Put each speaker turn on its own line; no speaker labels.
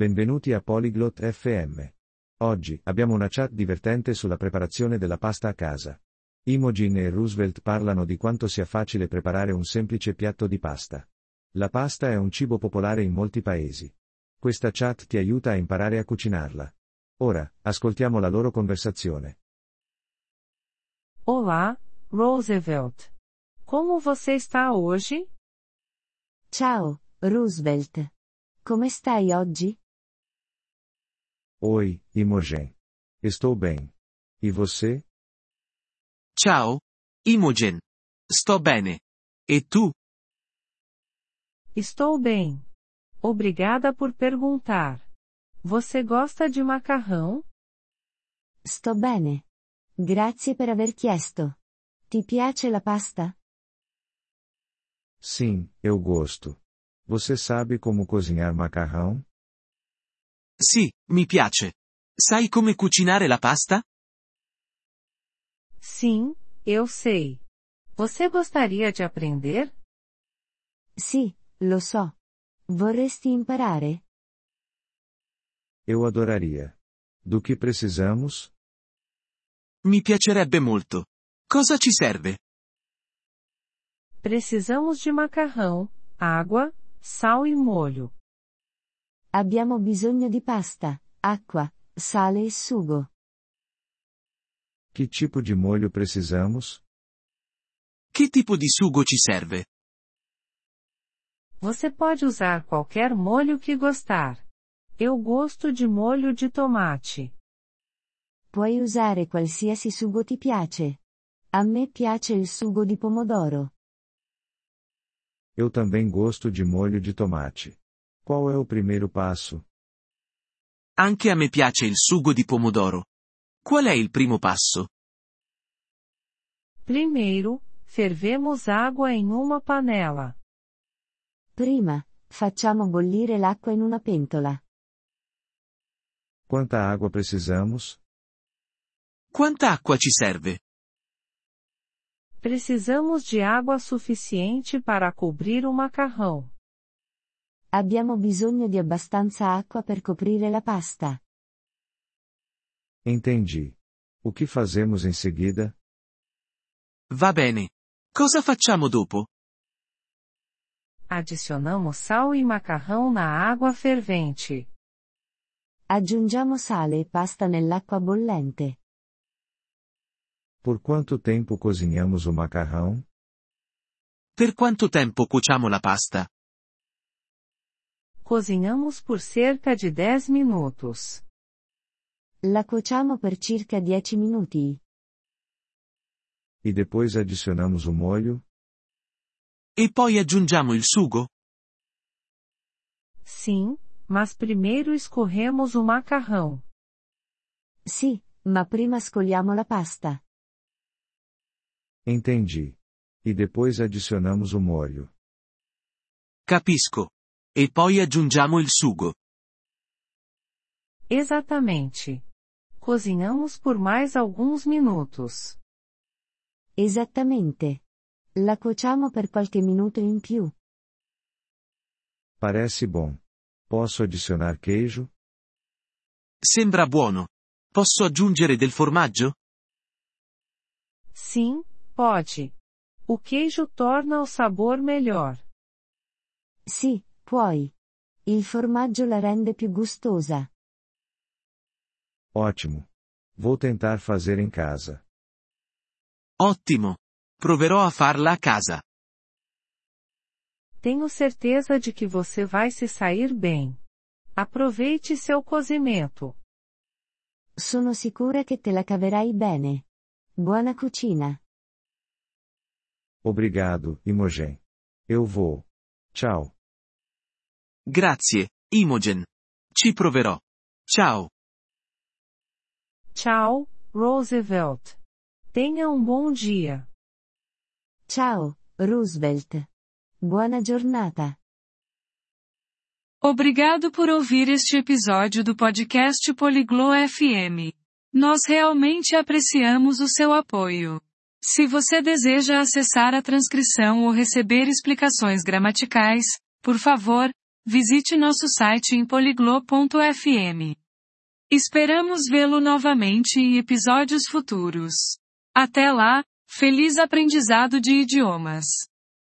Benvenuti a Polyglot FM. Oggi abbiamo una chat divertente sulla preparazione della pasta a casa. Imogen e Roosevelt parlano di quanto sia facile preparare un semplice piatto di pasta. La pasta è un cibo popolare in molti paesi. Questa chat ti aiuta a imparare a cucinarla. Ora, ascoltiamo la loro conversazione.
Olá, Roosevelt. Como você está hoje?
Ciao, Roosevelt. Come stai oggi?
Oi, Imogen. Estou bem. E você?
Ciao. Imogen. Sto bene. E tu?
Estou bem. Obrigada por perguntar. Você gosta de macarrão?
Sto bene. Grazie per aver chiesto. Ti piace la pasta?
Sim, eu gosto. Você sabe como cozinhar macarrão?
Sì, mi piace. Sai come cucinare la pasta?
Sim, eu sei. Você gostaria de aprender?
Sì, lo so. Vorresti imparare?
Eu adoraria. Do que precisamos?
Mi piacerebbe molto. Cosa ci serve?
Precisamos de macarrão, água, sal e molho.
Abbiamo bisogno di pasta, acqua, sale e sugo.
Que tipo de molho precisamos?
Che tipo di sugo ci serve?
Você pode usar qualquer molho que gostar. Eu gosto de molho de tomate.
Puoi usare qualsiasi sugo ti piace. A me piace il sugo di pomodoro.
Eu também gosto de molho de tomate. Qual é o primeiro passo?
Anche a me piace il sugo di pomodoro. Qual è il primo passo?
Primeiro, fervemos água em uma panela.
Prima, facciamo bollire l'acqua in una pentola.
Quanta água precisamos?
Quanta acqua ci serve?
Precisamos de água suficiente para cobrir o macarrão.
Abbiamo bisogno di abbastanza acqua per coprire la pasta.
Entendi. O que fazemos em seguida?
Va bene. Cosa facciamo dopo?
Adicionamos sal e macarrão na água fervente.
Aggiungiamo sale e pasta nell'acqua bollente.
Por quanto tempo cozinhamos o macarrão?
Per quanto tempo cuociamo la pasta?
Cozinhamos por cerca de 10 minutos.
La cuociamo per circa 10 minuti.
E depois adicionamos o molho?
E poi aggiungiamo il sugo?
Sim, mas primeiro escorremos o macarrão.
Sì, ma prima scoliamo la pasta.
Entendi. E depois adicionamos o molho.
Capisco. E poi aggiungiamo il sugo.
Exatamente. Cozinhamos por mais alguns minutos.
Esattamente. La cuociamo per qualche minuto in più.
Parece bom. Posso adicionar queijo?
Sembra buono. Posso aggiungere del formaggio?
Sim, pode. O queijo torna o sabor melhor.
Sì, puoi. Il formaggio la rende più gustosa.
Ótimo. Vou tentar fazer em casa.
Ottimo. Proverò a farla a casa.
Tenho certeza de que você vai se sair bem. Aproveite seu cozimento.
Sono sicura che te la caverai bene. Buona cucina.
Obrigado, Imogen. Eu vou. Tchau.
Grazie, Imogen. Ci proverò. Ciao.
Tchau, Roosevelt. Tenha um bom dia.
Ciao, Roosevelt. Buona giornata.
Obrigado por ouvir este episódio do podcast Poliglo FM. Nós realmente apreciamos o seu apoio. Se você deseja acessar a transcrição ou receber explicações gramaticais, por favor, Visite nosso site em poliglo.fm. Esperamos vê-lo novamente em episódios futuros. Até lá, feliz aprendizado de idiomas!